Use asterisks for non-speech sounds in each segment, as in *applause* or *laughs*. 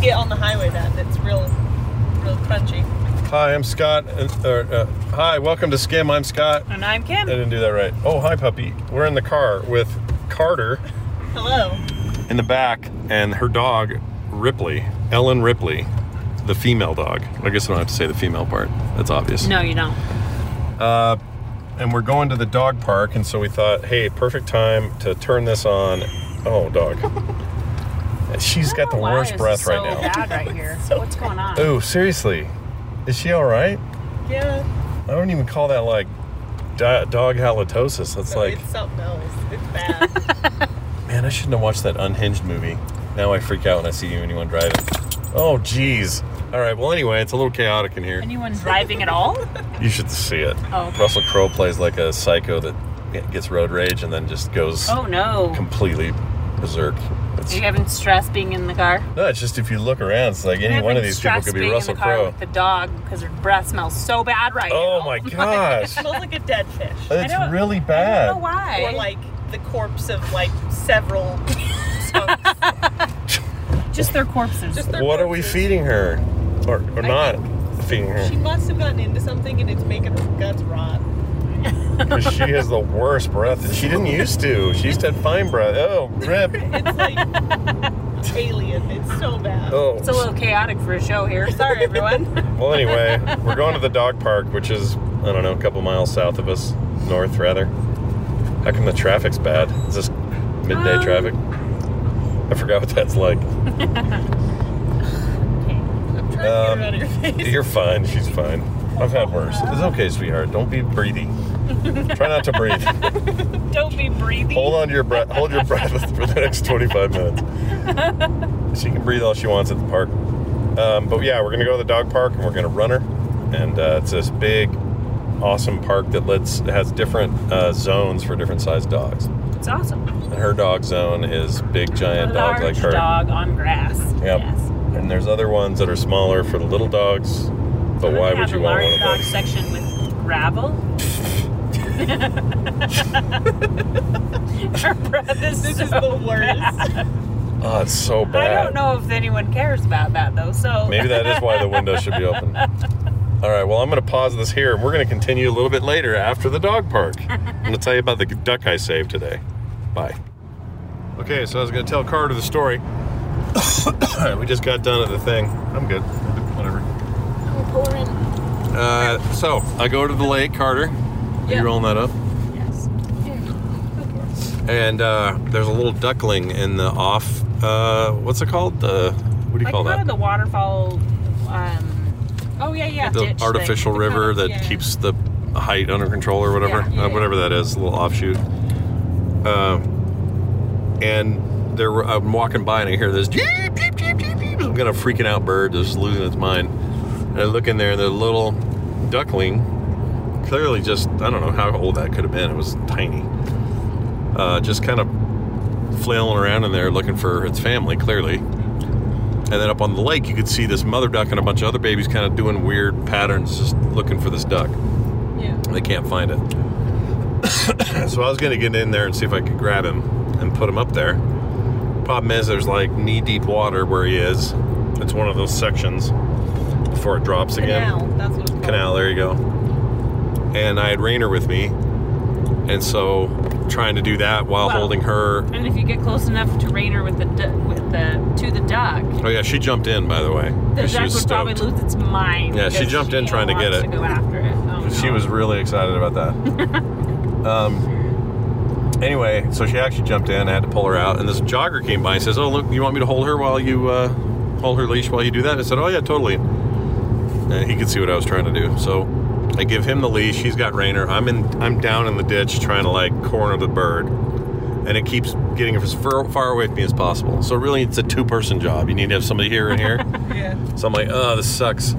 get on the highway then. It's real, real crunchy. Hi, I'm Scott. and- or, uh, hi, welcome to Skim. I'm Scott. And I'm I Kim. didn't do that right. Oh, hi, puppy. We're in the car with Carter Hello. in the back and her dog, Ripley, Ellen Ripley, the female dog. I guess I don't have to say the female part. That's obvious. No, you don't. And we're going to the dog park, and so we thought, hey, perfect time to turn this on. Oh, dog. She's got the worst breath right now. Bad right *laughs* here. What's going on? Oh, seriously. Is she all right? Yeah. I don't even call that like di- dog halitosis. That's No, like, it's something else. It's bad. *laughs* man, I shouldn't have watched that unhinged movie. Now I freak out when I see anyone driving. Oh, jeez. All right. Well, anyway, it's a little chaotic in here. Anyone driving at *laughs* all? You should see it. Oh, okay. Russell Crowe plays like a psycho that gets road rage and then just goes Oh no. completely berserk. It's, Are you having stress being in the car? No, it's just if you look around, it's like I'm any one having of these people stress could be being Russell in the car Crowe. with the dog because her breath smells so bad right Oh *laughs* now. my gosh. it smells like a dead fish. I It's don't- really I bad. don't know why. Or like the corpse of like several skunks. just their corpses. Just their What are we corpses. feeding her? Or, or not feeding *laughs* her? She must have gotten into something and it's making her guts rot. Because she has the worst breath. and She didn't used to. She used to have fine breath. Oh, rip. *laughs* It's like alien. It's so bad. Oh. It's a little chaotic for a show here. Sorry, *laughs* everyone. Well, anyway, we're going to the dog park, which is, I don't know, a couple miles south of us, north rather. How come the traffic's bad? Is this midday Um, traffic? I forgot what that's like. um, I'm trying to get her out of your face. You're fine. She's fine. I've had worse. It's okay, sweetheart. Don't be *laughs* breathy. Try not to breathe. Don't be breathing. Hold on to your breath. Hold your breath *laughs* for the next 25 minutes. *laughs* She can breathe all she wants at the park. Um, but yeah, we're gonna go to the dog park and we're gonna run her. And uh, it's this big, awesome park that lets has different uh, zones for different sized dogs. It's awesome. And her dog zone is big, giant dogs Large like her. dog on grass. Yep. Yes. And there's other ones that are smaller for the little dogs. But I'm why would gonna have you a want large one of dog those? section with *laughs* gravel? Her breath is *laughs* This so is the worst. bad. Oh, it's so I bad. don't know if anyone cares about that though. So *laughs* Maybe that is why the window should be open. All right, well, I'm going to pause this here and we're going to continue a little bit later after the dog park. I'm going to tell you about the duck I saved today. Bye. Okay, so I was going to tell Carter the story. *coughs* we just got done at the thing. I'm good. Whatever. Uh, so I go to the lake, Carter. Are Yeah. you rolling that up? Yes. And uh, there's a little duckling in the off. Uh, what's it called? The what do you like call kind that? of the waterfall. Um, oh yeah, yeah. the ditch artificial thing. river that yeah. keeps the height under control or whatever, Yeah. uh, whatever that is, a little offshoot. Uh, and there, were, I'm walking by and I hear this jeep, jeep, jeep, jeep, jeep. I'm gonna freaking out bird that's losing its mind. And I look in there, and the little duckling, clearly just I don't know how old that could have been. It was tiny. Uh, just kind of flailing around in there looking for its family, clearly. And then up on the lake, you could see this mother duck and a bunch of other babies kind of doing weird patterns, just looking for this duck. Yeah. They can't find it. *coughs* so I was going to get in there and see if I could grab him and put him up there. Problem is, there's like knee deep water where he is. It's one of those sections before it drops again Canal. That's what it's called. canal. There you go. And I had Rainer with me, and so trying to do that while Wow. holding her. And if you get close enough to Rainer with the du- with the to the duck, Oh yeah, she jumped in by the way. the 'cause she duck would was probably stoked. lose its mind. Yeah, she because jumped in trying to get wants it. go after it. Oh, She no. was really excited about that. um, anyway, so she actually jumped in. I had to pull her out, and this jogger came by and says, "Oh, look, you want me to hold her while you uh, hold her leash while you do that?" I said, "Oh yeah, totally." And he could see what I was trying to do, so I give him the leash. He's got Rainer. I'm in. I'm down in the ditch trying to like corner the bird, and it keeps getting as far, far away from me as possible. So really, it's a two-person job. You need to have somebody here and here. Yeah. So I'm like, oh, this sucks.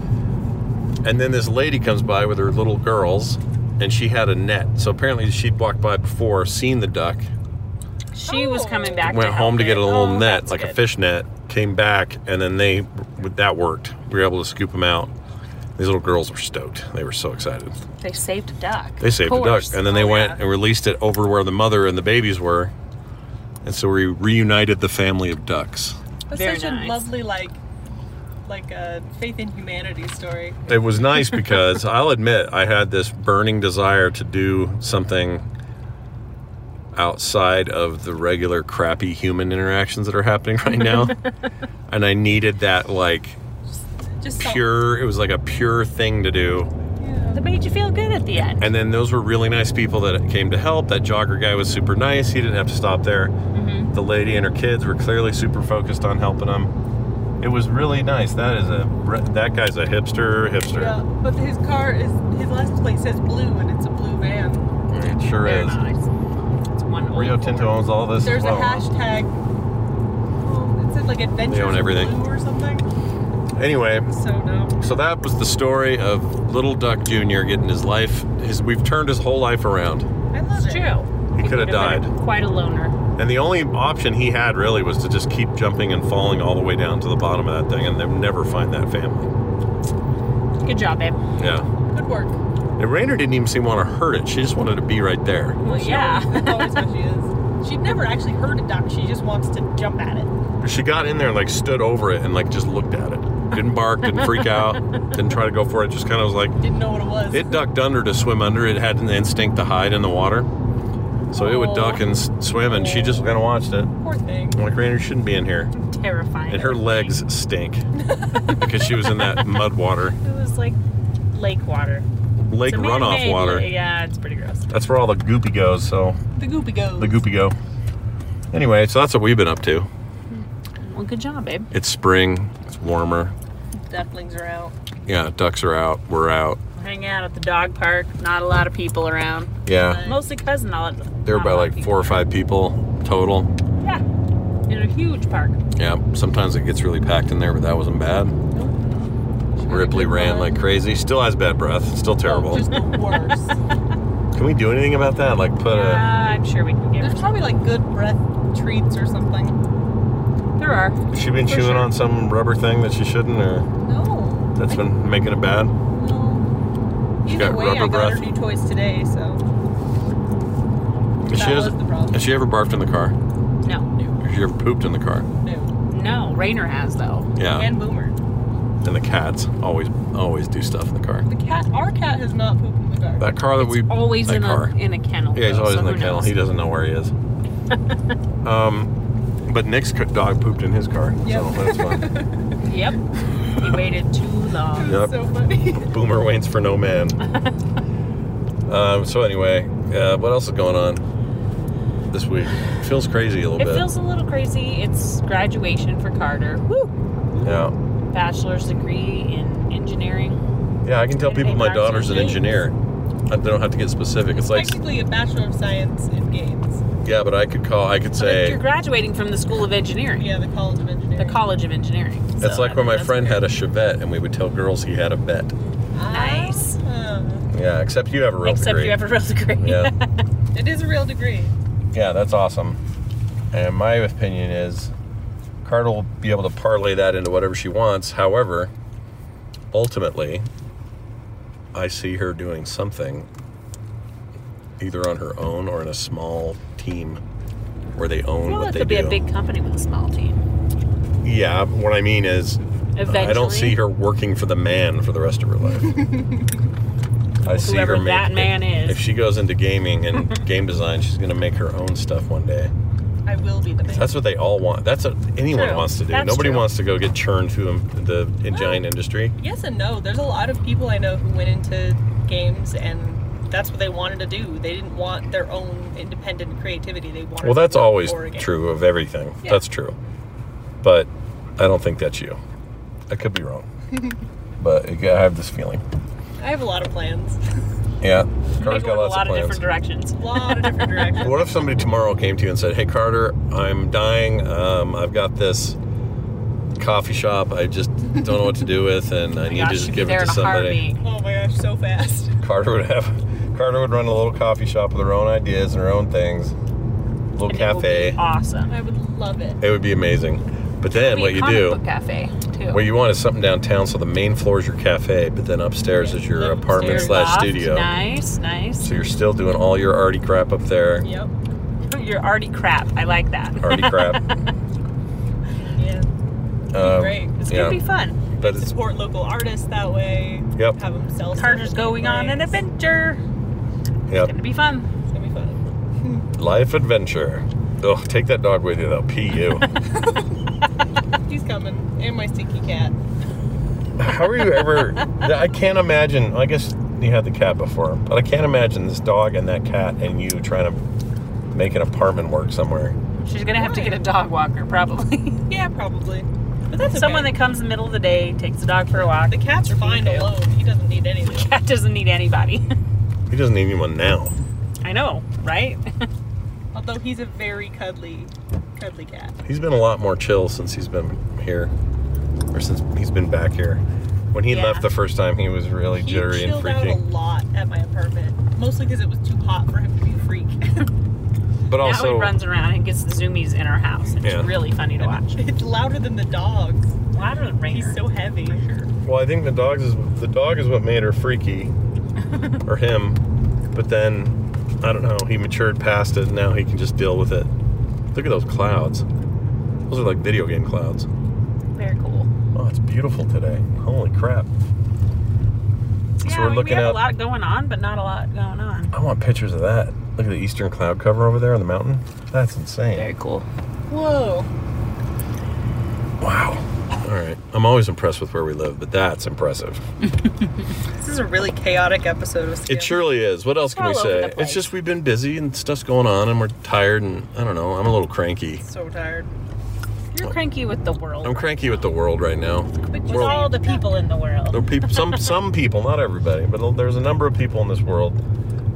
And then this lady comes by with her little girls, and she had a net. So apparently she'd walked by before, seen the duck, She was coming back. went to home to help get a it. little Oh, net, that's like a good. fish net, came back, and then they that worked. We were able to scoop them out. These little girls were stoked. They were so excited. They saved a duck. They saved Of the duck, course. and then they Oh, went yeah. and released it over where the mother and the babies were. And so we reunited the family of ducks. That's Very such nice. a lovely like like a faith in humanity story. it was nice because *laughs* I'll admit I had this burning desire to do something outside of the regular crappy human interactions that are happening right now. and I needed that like Just some- pure it was like a pure thing to do. Yeah. That made you feel good at the end. And then those were really nice people that came to help. That jogger guy was super nice. He didn't have to stop there. The lady and her kids were clearly super focused on helping him. It was really nice. That is a that guy's a hipster hipster. Yeah, but his car is his last plate says blue, and it's a blue van. It sure Very is. nice. It's one old Rio Tinto Ford. owns all this. There's as well. a hashtag. Oh, it said like adventures in everything. blue or something. Anyway, So dumb. so that was the story of Little Duck Jr. getting his life. His, we've turned his whole life around, I love It's it. true. He coulda would've been died. Quite a loner. and the only option he had really was to just keep jumping and falling all the way down to the bottom of that thing, and they'll never find that family. Good job, babe. Yeah, Good work. and Rainer didn't even seem to want to hurt it. She just wanted to be right there. Well, She yeah. *laughs* always- *laughs* always what she is. She'd never actually heard a duck. She just wants to jump at it. She got in there and like stood over it and like just looked at it. Didn't bark, didn't freak out, didn't try to go for it. Just kind of was like, Didn't know what it was. It ducked under to swim under. It had an instinct to hide in the water. So it would Aw. duck and s- swim, and she just kind of watched it. Poor thing. I'm like, Rainer shouldn't be in here. *laughs* Terrifying. And her legs stink *laughs* because she was in that mud water, It was like lake water. lake It's a runoff man-made water. lake. Yeah, it's pretty gross. That's where all the goopy goes, so The goopy goes. the goopy go. Anyway, so that's what we've been up to. Well, good job, babe. It's spring, it's warmer. Ducklings are out. Yeah, ducks are out, we're out. Hang out at the dog park. Not a lot of people around. Yeah, Mostly cousin. All there were not a about lot of like people. four or five people total. Yeah. In a huge park. Yeah, sometimes it gets really packed in there, but that wasn't bad. Ripley ran like crazy. Still has bad breath. Still terrible. Just the *laughs* worst. Can we do anything about that? Like put Uh, I'm sure we can get There's probably like good breath treats or something. There are. a? Has she been for chewing sure. on some rubber thing that she shouldn't, or No. that's I- been making it bad? No. Either got way, rubber I got her breath. new toys today, so Has she, That was has- the problem. has she ever barfed in the car? No. Has she ever pooped in the car? no. No. Rainer has, though. Yeah. And Boomer. And the cats always always do stuff in the car. The cat, our cat has not pooped in the dark. That car that we Always that in car. a, in a kennel. Yeah, he's though, always so in the who kennel. knows? He doesn't know where he *laughs* is. um, but Nick's c- dog pooped in his car. Yep. So that's fun. Yep. *laughs* He waited too long. It Yep. was so funny. Boomer waits for no *laughs* man. um, so anyway, uh, what else is going on this week? feels crazy a little It bit. feels a little crazy. It's graduation for Carter. Woo! yeah, Bachelor's degree in engineering. yeah. I can tell Gonna people be my back to daughter's an games. engineer. I they don't have to get specific. It's *laughs* like, Technically a Bachelor of Science in Games. yeah, but I could call. I could But you're say graduating from the School of Engineering, Yeah, the College of Engineering. the College of Engineering. it's So, like when I my mean, friend had that's a Chevette, and we would tell girls he had a vet. Nice. Ah. Yeah, except you have a real Except degree. you have a real degree. *laughs* yeah, it is a real degree. yeah, that's awesome. And my opinion is, Carter will be able to parlay that into whatever she wants. However, ultimately, I see her doing something either on her own or in a small team where they own well, what it they could be do. a big company with a small team. yeah, what I mean is, Eventually, I don't see her working for the man for the rest of her *laughs* life. I see her Whoever that making- man is. If she goes into gaming *laughs* and game design, she's going to make her own stuff one day. I will be the man. That's what they all want. That's what anyone True. wants to do. That's Nobody true. wants to go get churned to um, the giant industry. Yes and no. There's a lot of people I know who went into games and that's what they wanted to do. They didn't want their own independent creativity. They wanted. Well, that's to work always for a game. true of everything. Yeah. That's true. But I don't think that's you. I could be *laughs* wrong. but I have this feeling. I have a lot of plans. Yeah. They Carter's go got in a lots lot of of, plans. different directions. A lot of *laughs* different directions. what if somebody tomorrow came to you and said, Hey, Carter, I'm dying. Um, I've got this coffee shop I just don't know what to do with, *laughs* and I need Oh Gosh, to she'd just be give it there to in a somebody. heartbeat. Oh my gosh, so fast. Carter would have Carter would run a little coffee shop with her own ideas and her own things. Little And it will be cafe. Awesome. I would love it. It would be amazing. But then Be a what you comic do book cafe too. what you want is something downtown so the main floor is your cafe, but then upstairs is your Upstairs apartment Your slash loft, studio. Nice, nice. So you're still doing all your arty crap up there. Yep. You're already crap. I like that. Arty crap. Yeah. Um, great. *laughs* It's yeah. gonna be fun. But it's support local artists that way. Yep. Have them sell. stuff Carter's at going on an different places. adventure. It's yep. gonna be fun. It's gonna be fun. life adventure. Oh, take that dog with you. They'll pee you. He's coming, and my stinky cat. How are you *laughs* ever? I can't imagine. I guess you had the cat before, but I can't imagine this dog and that cat and you trying to make an apartment work somewhere. She's gonna have to get a dog walker *laughs* probably. Yeah, probably. But that's Someone okay. that comes in the middle of the day, takes the dog for a walk. *laughs* the cat's fine Okay. alone. He doesn't need anything. Cat doesn't need anybody. *laughs* He doesn't need anyone now. I know, right? Although he's a very cuddly, cuddly cat. He's been a lot more chill since he's been here, or since he's been back here. When he Yeah. left the first time, he was really He jittery and chilled out a freaky. lot at my apartment, mostly because it was too hot for him to be a *laughs* freak. But now also, he runs around and gets the zoomies in our house. and It's Yeah. really funny to watch. it's louder than the dogs. Why don't it rain? He's so heavy. well, I think the dogs is the dog is what made her *laughs* freaky, or him. But then, I don't know. He matured past it. and Now he can just deal with it. Look at those clouds. Those are like video game clouds. very cool. Oh, it's beautiful today. Holy crap. Yeah, we're I mean, looking we have up- a lot going on, but not a lot going on. I want pictures of that. Look at the eastern cloud cover over there on the mountain. That's insane. cool. Whoa. Wow. All right. I'm always impressed with where we live, but that's impressive. This is a really chaotic episode of Skin. It surely is. What else can All we over the say? It's place. just we've been busy and stuff's going on and we're tired and I don't know. I'm a little cranky. So tired. You're cranky with the world. I'm cranky with the world right now. With We're- all the people in the There world. are people, some some people, not everybody, but there's a number of people in this world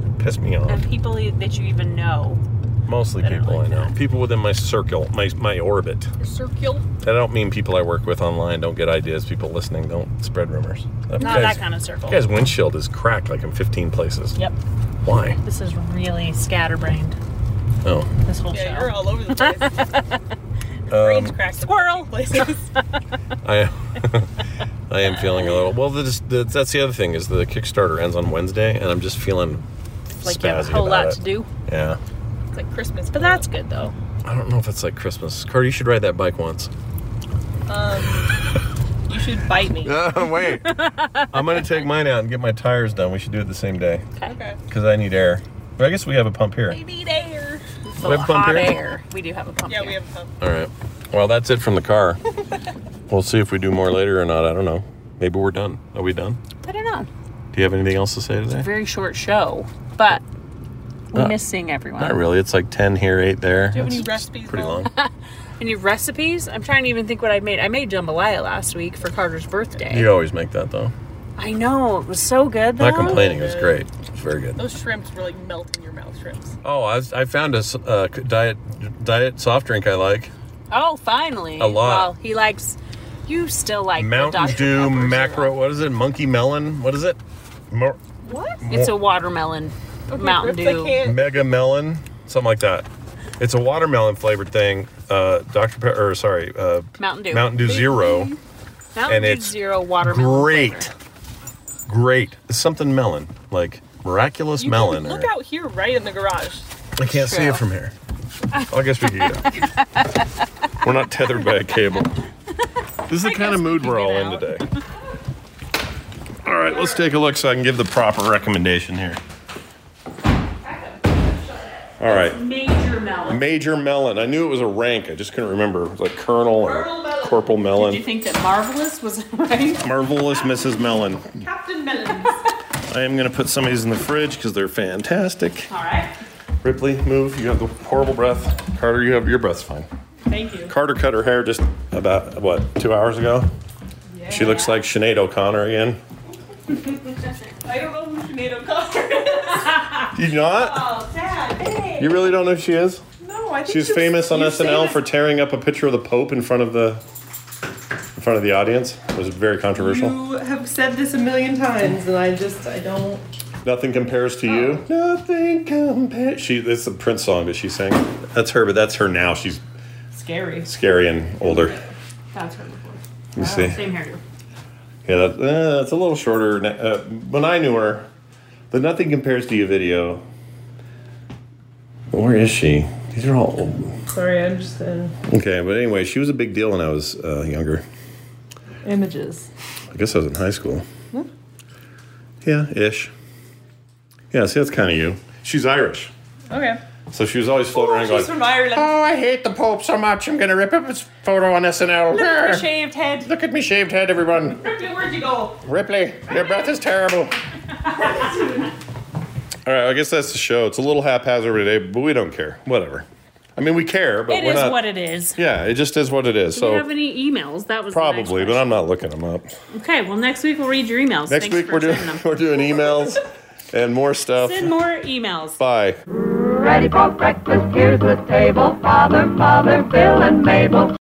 that piss me off. And people e, that you even know. Mostly I don't people I like know. that. People within my circle, my my orbit. Circle. I don't mean people I work with online. Don't get ideas. People listening, don't spread rumors. That Not guy's, that kind of circle. guy's windshield is cracked like in 15 places. Yep. Why? This is really scatterbrained, Oh. this whole Yeah, show. you're all over the place. *laughs* Brains Um, cracked. *laughs* Squirrel. Places. I *laughs* I am feeling a little. Well, this, the, that's the other thing is the Kickstarter ends on Wednesday, and I'm just feeling like you have spazzy a whole about lot it. to do. Yeah. it's like Christmas. But that's good though. I don't know if it's like Christmas. Carter, you should ride that bike once. Um, you should bite me. *laughs* wait. I'm gonna take mine out and get my tires done. We should do it the same day Okay. because I need air. But I guess we have a pump here. We need air. It's We have pump hot here? air. We do have a pump. Yeah, here. we have a pump. All right. Well, that's it from the *laughs* car. we'll see if we do more later or not. I don't know. Maybe we're done. Are we done? I don't know. Do you have anything else to say today? Very short show, but we Uh, Not- miss seeing everyone. Not really. It's like 10 here, 8 there. Do you have any It's recipes, Pretty long. Mom? *laughs* Any recipes? I'm trying to even think what I made. I made jambalaya last week for Carter's birthday. you always make that, though. I know it was so good though. Not complaining. It was great. It was very good. Those shrimps really melt in your mouth, shrimps. Oh, I, was, I found a s- uh, c- diet diet soft drink I like. Oh, finally. A lot. Well, he likes. You still like the Mountain Dr. Dew Peppers a macro. lot. What is it? Monkey melon. What is it? Mo- What? It's a watermelon Mountain Grips, I Dew. can't- Mega melon. Something like that. It's a watermelon flavored thing. Uh, Dr. Pe- or sorry, uh, Mountain Dew. Mountain Dew Zero. Mountain and Dew it's Zero watermelon. Great. flavor. Great. It's something melon. Like miraculous You melon. can or- Look out here, right in the garage. I can't see it True. from here. Well, I guess we can get out. We're not tethered by a cable. This is the kind guess of we mood can we're get all out. in today. All right, let's take a look so I can give the proper recommendation here. All right, Major melon. Major Melon. I knew it was a rank. I just couldn't remember. It was like Colonel or Corporal Did you Melon. think that marvelous was *laughs* right? Marvelous Mrs. Melon. Captain Melons. I am gonna put some of these in the fridge because they're fantastic. All right. Ripley, move. You have the horrible breath. Carter, you have your breath's fine. Thank you. Carter cut her hair just about what two hours ago. She looks like Sinead O'Connor again. I don't know who Sinead O'Connor is. You not? *laughs* Oh, Dad. Hey. You really don't know who she is? No, I think She's this- famous on you say SNL this- for tearing up a picture of the Pope in front of the in front of the audience. It was very controversial. You have said this a million times, and I just I don't. Nothing compares to you. Oh. Nothing compares. She. It's a Prince song that she sang. That's her, but that's her now. She's Scary. scary and older. That's her before. Let Oh, me see. Same hairdo. Yeah, that, uh, that's a little shorter. Uh, when I knew her, the Nothing Compares to You video. Where is she? These are all old. Sorry, I'm just. Uh, Okay, but anyway, she was a big deal when I was uh, younger. Images. I guess I was in high school. Yeah, ish. Yeah, see, that's kind of you. She's Irish, Okay. so she was always floating around She's going, from Ireland. "Oh, I hate the Pope so much. I'm going to rip up his photo on SNL." Look at her Brr. shaved head. Look at me shaved head, *laughs* everyone. Where'd you go? Ripley, your breath is terrible. All right, I guess that's the show. It's a little haphazard today, but we don't care. Whatever. I mean, we care, but It we're is not. what it is. yeah, it just is what it is. Do you So have any emails? That was the next probably, but question. I'm not looking them up. okay. Well, next week we'll read your emails. Next Thanks week for we're doing sending them. *laughs* we're doing emails and more stuff. Send more emails. Bye. Ready for breakfast, here's the table. Father, Mother, Bill, and Mabel.